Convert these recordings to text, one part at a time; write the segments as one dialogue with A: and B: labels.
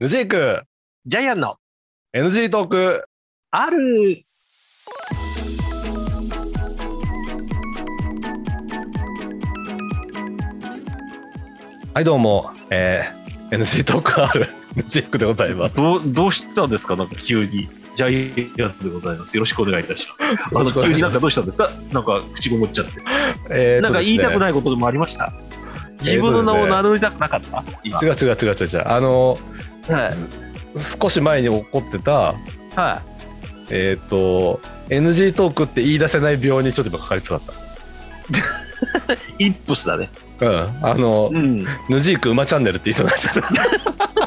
A: ヌジーク
B: ジャイアンの
A: NG トーク
B: ある
A: はいどうも、えー、NG トー ク R ヌジークでございます
B: どうどうしたんですかなんか急にジャイアンでございますよろしくお願いいたします
A: よろ
B: あの
A: しくお願い
B: 急に
A: しま
B: なん
A: す
B: かどうしたんですかなんか口ごもっちゃって、
A: え
B: なんか言いたく
A: い
B: ないことでもありました自分の名を名乗りたくなかった、今
A: 違う違う違う違う違うあの
B: はい
A: 少し前に起こってた
B: は
A: えっ、と NG トークって言い出せない病にちょっと今かかりつかっ
B: いイップスだね
A: たうんあの
B: うん
A: ヌジーク馬チャンネルって言いそうになっちゃった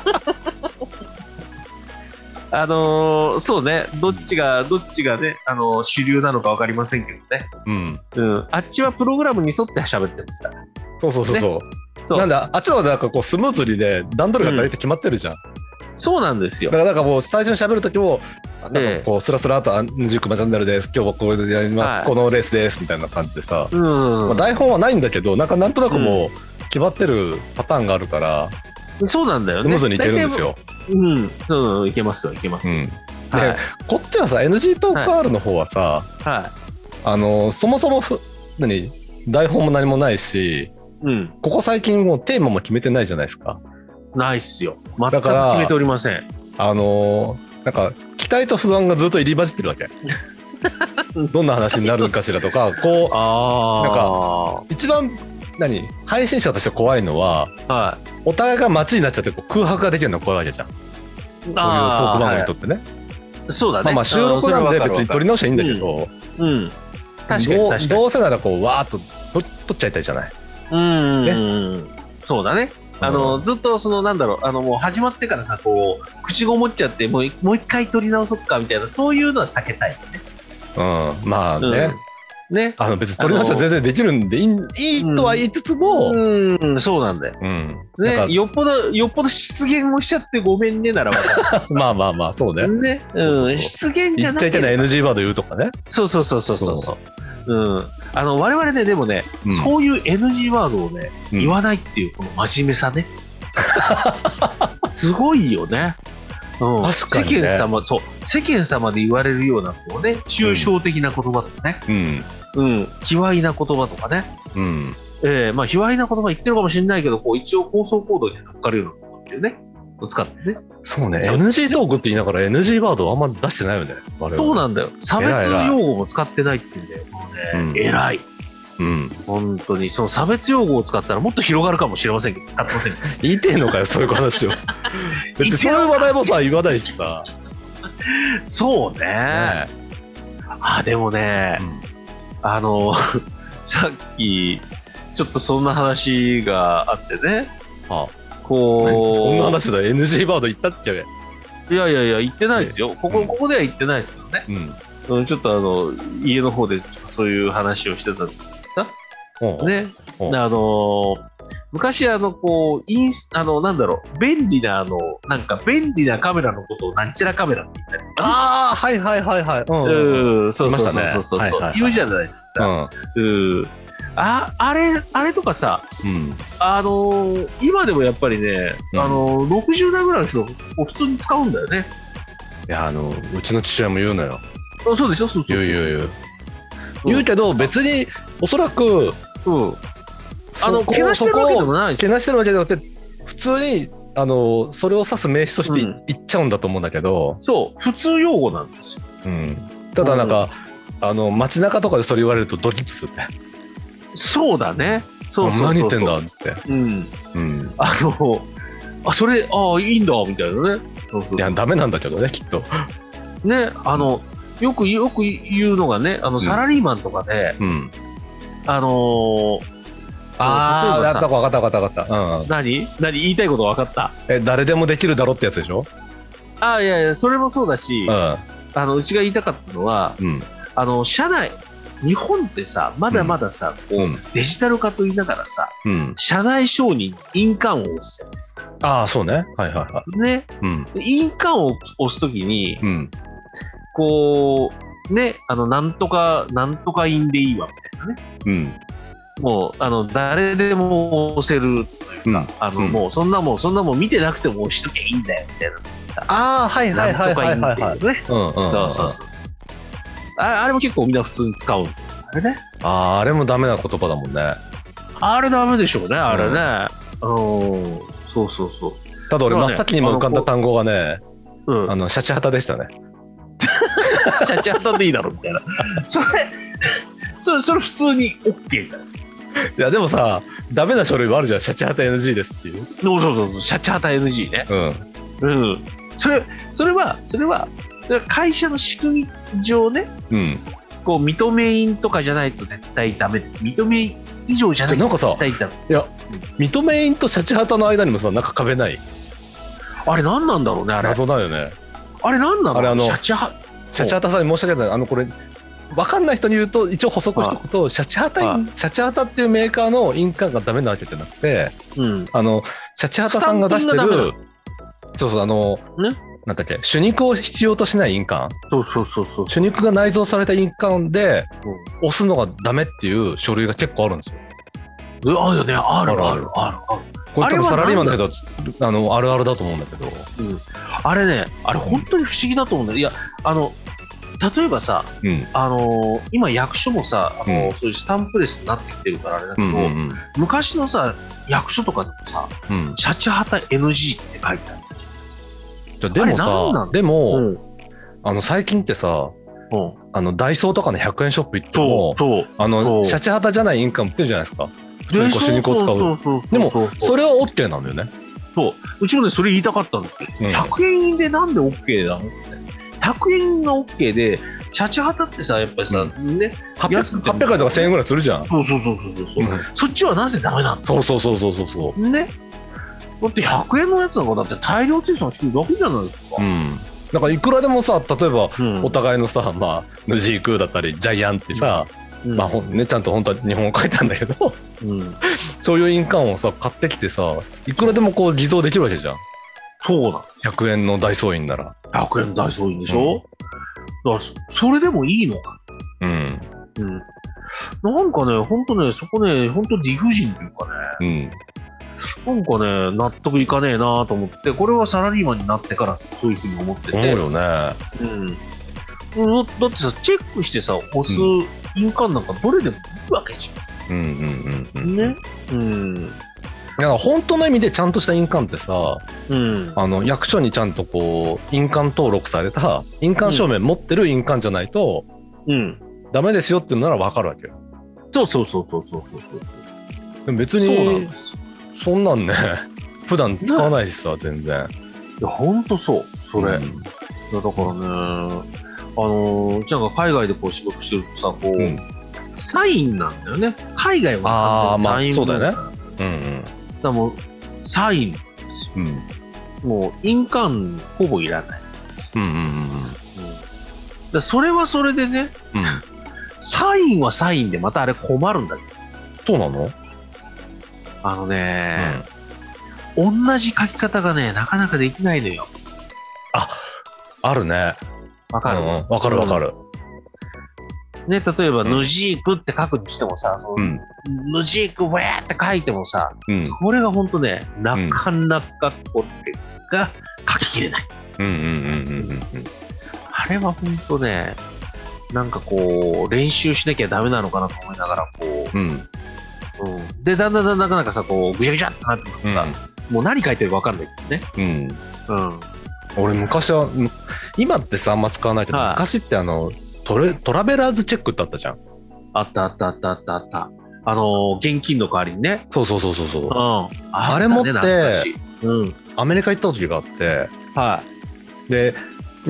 B: あのーそうねどっちがどっちがね、あのー主流なのか分かりませんけどね
A: うん
B: うんあっちはプログラムに沿って喋ってますから
A: そうそうそうそう、
B: そう
A: なんだあっちの方がなんかこうスムーズにね段取りが大体決まってるじゃん、
B: そうなんですよ
A: だからなんかもう最初に喋るときもなん
B: え
A: か
B: え
A: こうスラスラと「あヌジーク馬チャンネルです今日はこれでやります、
B: はい
A: このレースです」みたいな感じでさ、
B: うん、
A: まあ、台本はないんだけどなんかなんとなくもう決まってるパターンがあるから
B: そうなんだよ
A: ス
B: ね
A: ムーズにいけるんですよ、
B: 大体うんうんうんいけますよいけます
A: う
B: よ、
A: ん、
B: はい、
A: ねこっちはさ NG トーク R の方はさ、
B: は
A: あのそもそもふ何台本も何もないし
B: い、うん、
A: ここ最近もうテーマも決めてないじゃないですか
B: ないっすよ。全
A: だ
B: く決
A: から
B: めておりません。
A: あのなんか期待と不安がずっと入り混じってるわ けどんな話になるのかしらとかこ
B: あ
A: う一番何配信者として怖いのは
B: あ、はい。
A: お互いが待ちになっちゃってこう空白ができるのが怖いわけじゃんこういうト
B: こういうト
A: ーク番組にとってね、
B: そうだね。
A: まあまあ収録なんで別に撮り
B: な
A: 直しはいいんだけど、
B: うん。確
A: ど
B: かに
A: う
B: 確かに。
A: どうせならこうわーっと撮撮っちゃいたいじゃない
B: うんうんうん。そうだね。あの、
A: うん
B: ずっとそのなんだろうあのもう始まってからさこう口ごもっちゃってもういもう一回取り直そっかみたいなそういうのは避けたいよね。
A: うんまあね、
B: うん、ね。
A: あの別に撮り直しは全然できるんでいいいいとは言いつつも、うん
B: うんそうなんだよ。
A: なんか
B: ねよっぽどよっぽど失言をしちゃってごめんねならわか
A: まあまあまあそうね、
B: るね。
A: そうそう
B: う
A: そうん
B: 失言じ
A: 言
B: ゃ
A: っ
B: な
A: ちゃ
B: け
A: いけ
B: れ
A: な
B: ば
A: い NG ワード言うとかね、
B: そうそうそうそうそうそう。うん。あの我々ねでもね、
A: うん
B: そういう NG ワードをね、
A: うん
B: 言わないっていうこの真面 目さね。すごいよね。うん、
A: 確かにね
B: 世間様そう世間様で言われるようなこうね抽象的な言葉とかね、
A: うん
B: うん、卑猥な言葉とかね、
A: うん、
B: えーまあ卑猥な言葉言ってるかもしれないけど、こう一応放送行動に乗っかるようなことっていうね、を使ってね。
A: そうね NG トークって言いながら NG ワードあんま出してないよね我々
B: そうなんだよ。差別
A: 偉い偉い
B: 用語も使ってないっていうんだよ。もうね、
A: うん
B: 偉い。
A: うん
B: 本当にその差別用語を使ったらもっと広がるかもしれませんけど使ってませんけど
A: 言いてんのかよそういう話を別にそう いう話題もさ言わないし さ、
B: そうね
A: ね
B: あでもね
A: え、
B: あの さっきちょっとそんな話があってね
A: あ
B: こ う
A: そんな話だよ NG ワード言ったっけ
B: いやいやいや言ってないですよ、こ
A: う
B: こ
A: ん
B: ここでは言ってないですけどね、
A: うん
B: うん、ちょっとあの家の方でちょっとそういう話をしてたんですさ
A: おう
B: ね、
A: うん
B: あの昔あのこうインスあのなんだろう便利なあのなんか便利なカメラのことをなんちゃらカメラって言ったり
A: ああはいはいはいはいうんうん
B: うん、そうそうそ
A: いま
B: う
A: したね
B: そうそう、
A: はいはいはい
B: 言うじゃないです
A: う
B: か。
A: ん
B: うん、ああれあれとかさ、
A: うん
B: あのー今でもやっぱりね、
A: うん
B: あのー60代ぐらいの人を普通に使うんだよね。
A: いやあのうちの父親も言うのよ
B: あそうでしょそうそう
A: 言う言う言う
B: うん
A: 言うけど別におそらく
B: うん、あの
A: そこ
B: けなしてるわけで
A: そこ
B: もない
A: を
B: し。
A: けなしてるわけじゃなくて普通にあのそれを指す名詞としてい
B: うん
A: 言っちゃうんだと思うんだけど、
B: そう普通用語なんですよ。
A: うんただなんか、あの街中とかでそれ言われるとドキッとするね
B: そうだね。そうそうそうそう
A: 何言ってんだって、
B: うん。
A: うん、
B: あのあそれああいいんだみたいなね。そうそう
A: いやダメなんだけどねきっと、
B: ねあのよくよく言うのがねあのサラリーマンとかで、
A: うん、
B: あのー
A: ああ
B: 例えばさ
A: 分かった分かった分かった分かった、
B: 何何言いたいこと分かった
A: うん、え誰でもできるだろってやつでしょ
B: ああいやいやそれもそうだし、
A: う
B: うんあのうちが言いたかったのは
A: うん
B: あの社内日本ってさまだまださ、こう
A: うん
B: デジタル化と言いながらさ
A: うん
B: 社内承認印鑑を押すじゃないですか
A: ああそうねはいはいはい
B: ね
A: うん
B: 印鑑を押すときに
A: うん
B: こうねあのなんとかなんとか印でいいわみたいなね
A: うん
B: もう、あの、誰でも押せる。
A: うん、あ
B: あの、
A: うん
B: もう、そんなもん、そんなもん見てなくても押しときゃいいんだよ、みたいな。
A: あーはいはいはいはい
B: なん
A: はい
B: とか
A: はい
B: いんだよね。
A: うんうん
B: そうそうそうそう。ああれも結構みんな普通に使うんですよ、あれね。
A: あーあれもダメな言葉だもんね
B: あれダメでしょうね、あれね。うん、そうそうそ
A: ただ俺
B: そうね
A: 真っ先に今浮かんだ単語がね
B: う。うん
A: あ。のシャチハタでしたね
B: シャチハタでいいだろみたいな。 それ、それ、それ普通に OK じゃないですか。
A: いやでもさダメな書類もあるじゃんシャチハタ NG ですっていう
B: そうそうそうそう、シャチハタ NG ね。
A: うん
B: うん。それ、それは、それは、それは会社の仕組み上ね、
A: うん
B: こう、認め員とかじゃないと絶対ダメです。認め員以上じゃない
A: じゃあな
B: と
A: んかさ
B: 絶対ダメ。
A: 認め員とシャチハタの間にもさなんか壁ない
B: あれ何なんだろうね、あれ。
A: 謎だよね
B: あれ何なの
A: あれあの
B: シャチハ
A: シャチハタさんに申し訳ないあのこれ分かんない人に言うと一応補足しておくとシャチハタ
B: は
A: シャチハタっていうメーカーの印鑑がダメなわけじゃなくて
B: うん。
A: あのシャチハタさんが出して
B: スタンプがダメ
A: るそうそうあの、
B: ね
A: なんだっけ主肉を必要としない印鑑
B: そうそうそうそう。
A: 主肉が内蔵された印鑑で
B: うん
A: 押すのがダメっていう書類が結構あるんですよ
B: うわあるよね、あるあ
A: あ
B: る
A: る
B: あるある。
A: これ多分
B: あれは
A: サラリーマンだけどあのあるあるだと思うんだけど
B: あれね、あれ本当に不思議だと思うんだよ。いや、あの、例えばさ、
A: うん
B: あのー今役所もさ、あのー
A: うん
B: そういうスタンプレスになってきてるからあれだけ
A: う
B: ど、
A: んうんうん
B: 昔のさ役所とかでもさ
A: うん
B: シャチハタ NG って書いてある、
A: じゃあでも
B: あれなんな
A: さ
B: の
A: でも、
B: うん
A: あの最近ってさ
B: うん、
A: あのダイソーとかの100円ショップ行って
B: そ
A: も
B: うそう
A: あ
B: そう
A: のシャチハタじゃない印鑑売ってるじゃないですか普通
B: で
A: にこう主肉を使う
B: そうそうそうそう
A: でも
B: そう
A: それは OK なんだよね、
B: そううちもねそれ言いたかったんだけど
A: うん
B: 100円でなんで OK なのって100円が OK でシャチハタってさやっぱりさ、
A: う
B: ね安く
A: 800
B: て
A: 800
B: も
A: 円とか1000円ぐらいするじゃん、
B: そうそうそうそうそう、
A: うん
B: そっちはなぜダメなの
A: そうそうそうそうそうそ
B: ねだって100円のやつなんかだって大量生産してるだけじゃないですか、
A: ううんなんかいくらでもさ例えば
B: うん
A: お互いのさ、まあ、ヌジークーだったりジャイアンってさ、
B: うん
A: まあほんね、ちゃんと本当は日本語書いたんだけど
B: うん、
A: そういう印鑑をさ買ってきてさいくらでもこう偽造できるわけじゃん
B: そうなの
A: 100円のダイソー印なら
B: 100円ダイソーいいんでしょ、だからそそれでもいいのか、
A: うん
B: うん、なんかね、ほんとね、そこね、ほんと理不尽というかね、
A: うん
B: なんかね、納得いかねえなと思って、これはサラリーマンになってからそういうふうに思って
A: 思う
B: て、
A: よね
B: うんうん、だだってさ、チェックしてさ、押す印鑑なんかどれでもいいわけじ
A: うんうんう
B: ゃ。
A: んうんん
B: ね。うん。
A: なんか本当の意味でちゃんとした印鑑ってさ
B: うん。
A: あの役所にちゃんとこう印鑑登録された印鑑証明持ってる印鑑じゃないと
B: うん。
A: ダメですよっていうのなら分かるわけよ
B: そうそうそうそうそうそうそう。
A: でも別
B: そうなん
A: に
B: です。
A: そんなんね 普段使わないしさ全然
B: いや、ほんとそう。それ。
A: うん
B: いやだからね、あのー、うちなんか海外でこう仕事してるとさ、こう、
A: うん
B: サインなんだよね。海外は
A: あーまあ
B: 完全にサイン文化
A: そうだよね
B: だか
A: うん
B: らもう、サイン、
A: うんうん
B: もう印鑑ほぼいらない。
A: うんうんうん
B: うんだからそれはそれでね、
A: うんうん
B: サインはサインでまたあれ困るんだけど、
A: そうなの、
B: あのね、同じ書き方がね、なかなかできないのよ。
A: あるね
B: わ
A: う
B: かる、
A: んうんわかるわかる
B: ね、例えば、
A: うん
B: ヌジークって書くにしてもさ、その
A: うん
B: ヌジークウェーって書いてもさ、
A: うん
B: それが本当ね、なかなかこってが書ききれない。
A: うんうんうんうんうん
B: あれは本当ね、なんかこう、練習しなきゃダメなのかなと思いながら、こ
A: うんうん
B: う、うん、で、だんだんだんだんなんかさ、こう、ぐちゃぐちゃってなってくるとさ、もう何書いてるか分かんないけどね。
A: うん
B: うん。
A: 俺昔はむ今ってさあんま使わないけど、
B: はい
A: 昔ってあのトレトラベラーズチェックってあったじゃん
B: あったあったあったあったあった。あのー現金の代わりにね。。
A: そうそうそうそうそううん
B: あ
A: あれ持って
B: ったね懐かしいうん。
A: アメリカ行った時があって
B: は
A: で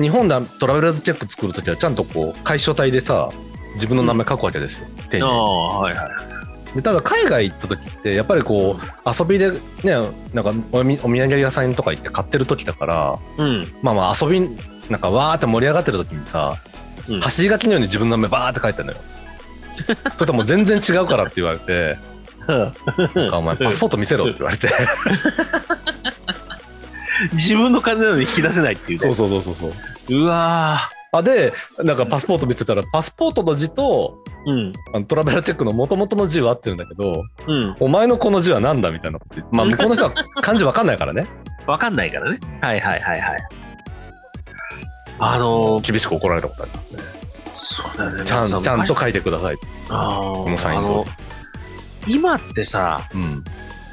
A: 日本でトラベラーズチェック作る時はちゃんとこう会所体でさ自分の名前書くわけですよ、手
B: い。あ
A: に
B: あ、はいはい。
A: でただ海外行った時ってやっぱりこう遊びでねなんかおみお土産屋さんとか行って買ってる時だから
B: うん。
A: まあまあ遊びなんかわーって盛り上がってる時にさ、
B: うん
A: 走り書きのように自分の名前バーって書いてんのよそれともう全然違うからって言われてなんかお前パスポート見せろって言われて
B: 自分の金なのに引き出せないっていうね、
A: そうそうそうそうそう
B: うわ
A: あでなんかパスポート見せたらパスポートの字と
B: うん。
A: あのトラベラチェックの元々の字は合ってるんだけど
B: うん。
A: お前のこの字は何だみたいなこと言ってまあ向こうの人は漢字わかんないからね
B: わかんないからね。はいはいはいはい。あのー、
A: 厳しく怒られたことありますね
B: そうだよね。
A: ちゃんちゃんと書いてください、
B: こ
A: このサインと
B: 今ってさ、
A: うん、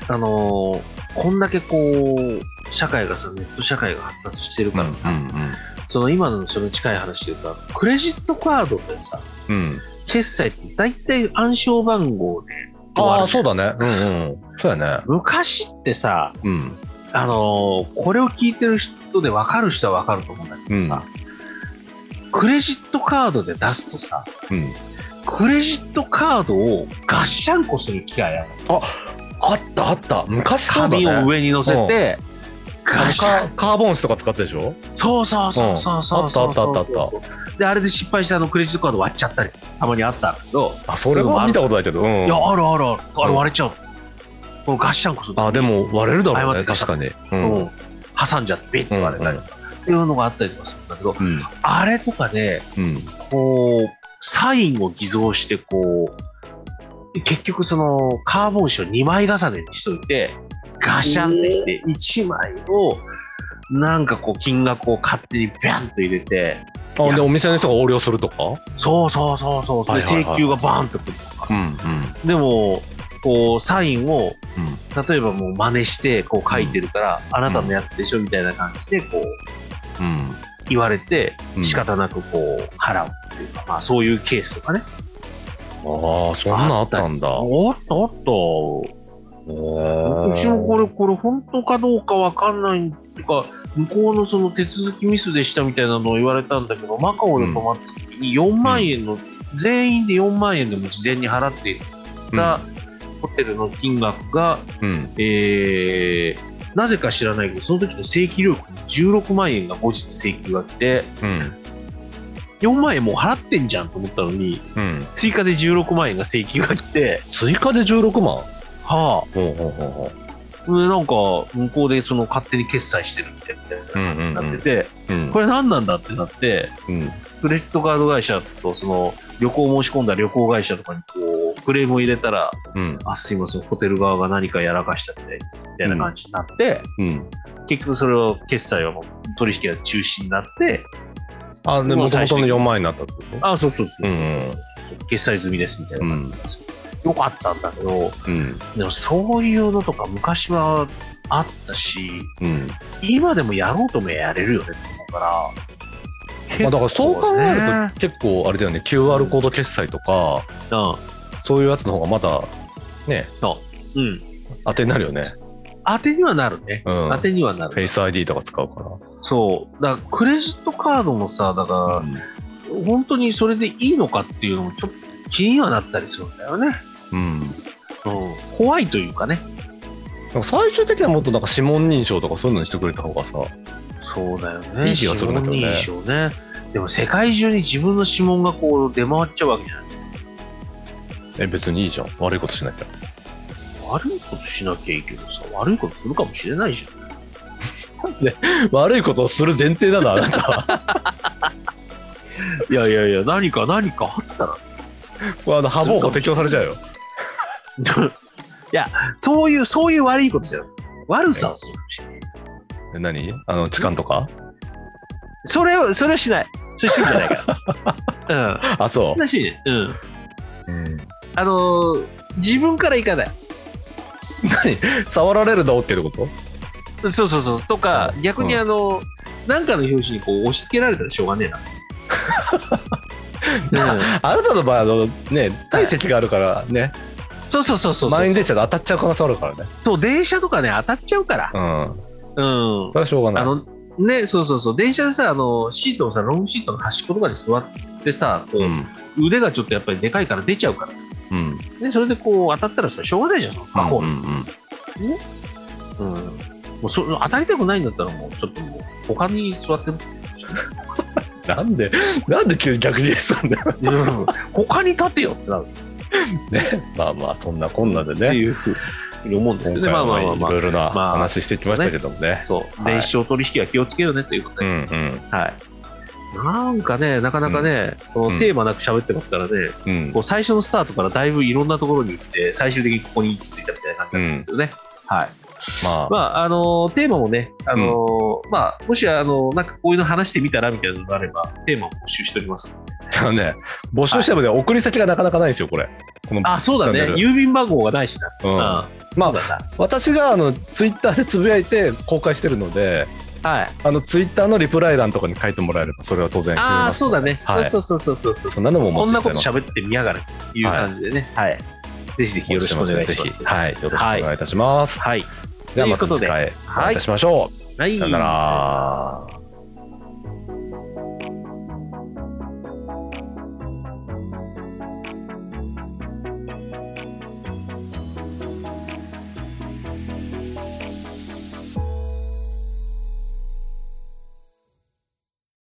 B: あのーこんだけこう、社会がさ、ネット社会が発達してるからさ、その今のそれに近い話で言うと、クレジットカードでさ、
A: うんうんうん
B: 決済って大体暗証番号で終わ
A: ああ
B: るじゃ
A: そう
B: ん
A: だねうんうんそうだね
B: 昔ってさ、
A: うん
B: あのーこれを聞いてる人で分かる人は分かると思うんだけどさ、クレジットカードで出すとさ、
A: うん
B: クレジットカードをガッシャンコする機械ある。
A: あったあった昔そうだ
B: 紙を
A: ね
B: 上に乗せて、ガシ
A: カ
B: ャン。
A: ーカーボン紙とか使ったでしょ
B: そうそうそうそうそうそう、
A: うんあったあったあったあ
B: た。で、あれで失敗してあのクレジットカード割っちゃったり、たまにあったんだけど、
A: あそれは見たことないけど、うん
B: いや、あるあるある、あれ割れちゃう。このガッシャンコする。
A: あでも割れるだろうね
B: 謝っ
A: 確
B: て
A: かにう
B: うんん挟んじゃって、ビッと割れたりとか、っていうのがあったりとかするんだけど、
A: うん
B: あれとかで、
A: うん
B: こう、サインを偽造して、こう、結局そのカーボン紙を2枚重ねにしといて、ガシャンってして、1枚を、なんかこう金額を勝手にビャンと入れて、い
A: あ
B: や
A: でお店の人が横領するとか
B: そうそうそうそう、
A: はいはいはい
B: で請求がバーンとくるとか。
A: うんうん
B: でも、こう、サインを、
A: うん
B: 例えばもう真似して、こう書いてるから、あなたのやつでしょみたいな感じで、こう、
A: うん
B: 言われて、
A: うん
B: 仕方なくこう、払うっていうか、まあそういうケースとかね。
A: ああそんなんあったんだ
B: おっとおっと。
A: う
B: うちもこれ、これ本当かどうかわかんないっていうか、向こうのその手続きミスでしたみたいなのを言われたんだけど、マカオで泊まった時に4万円の、全員で4万円でも事前に払っていたホテルの金額が、
A: うん
B: えー、なぜか知らないけど、その時の請求料金16万円が後日請求が来て、
A: うん
B: 4万円もう払ってんじゃんと思ったのに、
A: うん
B: 追加で16万円が請求が来て、
A: 追加で16万
B: はあ、
A: ほうほうほうほ
B: でなんか向こうでその勝手に決済してるみたいな感じになってて、
A: ううん
B: これ何なんだってなって
A: うん
B: クレジットカード会社とその旅行を申し込んだ旅行会社とかにこうクレームを入れたら
A: うん
B: あすいませんホテル側が何かやらかしたみたいですみたいな感じになって、
A: うん
B: 結局それを決済はもう取引が中止になって
A: あで
B: も
A: も
B: う
A: と
B: 最
A: も
B: 終
A: と
B: 的
A: の
B: に
A: 4万円になったってこと
B: あそうそうそう、
A: うん
B: 決済済みですみたいな
A: う
B: 感
A: ん
B: じなんですよ、よかったんだけど
A: うん
B: でもそういうのとか昔はあったし
A: うん
B: 今でもやろうともやれるよねと思うから。
A: まあ、だからそう考え
B: ね
A: ると結構あれだよね QR コード決済とかそういうやつの方がまだね
B: うん。うん。
A: 当てになるよね、
B: 当てにはなるね。
A: うん、
B: 当てにはな
A: フェ
B: る。
A: イス ID とか使うから
B: そう。だからクレジットカードもさ、だか
A: うん
B: ら、本当にそれでいいのかっていうのもちょっと気にはなったりするんだよね。
A: うん、だ
B: うん。怖いというかね。
A: から最終的にはもっとなんか指紋認証とかそういうのにしてくれた方がさ
B: そうだよね。
A: いい気がするんだけどね
B: 指紋認証ね。でも世界中に自分の指紋がこう出回っちゃうわけじゃないですか。
A: え別にいいじゃん悪いことしなきゃ
B: 悪いことしなきゃいいけどさ、悪いことするかもしれないじゃん。
A: 悪いことをする前提だなあなた
B: いやいやいや、何か何かあったらさ、
A: あの破防法適用されちゃうよ
B: いや、そういう、そういう悪いことじゃない。悪さをするかもしれない。
A: え何あの痴漢とか
B: それを、それはしない。それしてんじゃないから。 うん。
A: あそ
B: そんなしね。うん。
A: う、うん、
B: あのー自分から行かない。
A: 何触られるだおってってこと
B: そうそうそう。とか、
A: うん
B: 逆にあのなんかの表紙にこう押し付けられたらしょうがね えな。うん、
A: あなたの場合あのね体積があるからね、
B: そうそうそうそう
A: 満員電車で当たっちゃう可能性あるからね
B: そう電車とかね当たっちゃうから
A: うん
B: う
A: そ
B: ん
A: れはしょうがない
B: あのねそうそうそう電車でさあのシートのさロングシートの端っことかに座ってさ、こう
A: うん
B: 腕がちょっとやっぱりでかいから出ちゃうからさ
A: うん
B: で、それでこう当たったらそれしょうがないじゃん、魔法、
A: う
B: うん
A: んうん
B: もうそ当たりたくないんだったら、もうちょっともう、他に座って、
A: なんで、なんで急に逆に言ってたんだよ。
B: 他に立てよってなるっ
A: まあまあ、そんなこんなで
B: て
A: ね。
B: いうふうに思うんです
A: 今
B: け
A: 回
B: どね、まあまあまあ
A: はい
B: まあ
A: ろいろな
B: まあ
A: 話してきましたけどもね。
B: そう、
A: はい
B: 電子商取引は気をつけようねということ
A: う
B: で、
A: んうん。
B: はい。なんかね、なかなかね、このテーマなく喋ってますからね、
A: うん
B: こう最初のスタートからだいぶいろんなところに行って、最終的にここに行き着いたみたいな感じなんですけどね。はい。
A: まあ、
B: まあ、あのーテーマもね、あのーまあ、もし、あのーなんかこういうの話してみたらみたいなのがあれば、テーマを募集しております。
A: あのね、募集してもね、送り先がなかなかないんですよ、これ。この
B: あ、そうだね
A: なん。だろう
B: 郵便番号がないしな。
A: うんま
B: まあ、
A: あ
B: そう、だ
A: 私があのツイッターでつぶやいて公開してるので、
B: な。はい。
A: あのツイッターのリプライ欄とかに書いてもらえれば、それは当然
B: ああ、そうだね。
A: はい
B: そうそうそうそうそう
A: そんなのもお
B: こんな
A: 待ちして
B: こ
A: おり
B: と
A: ます
B: 喋ってみやがるという感じでね。はい。ぜひぜひよろしくお願いします。
A: はい、よろしくお願いいたします。
B: はい。
A: ではまた
B: ということ
A: 次
B: で
A: 回お会いいたしましょう。
B: はい
A: さよなら。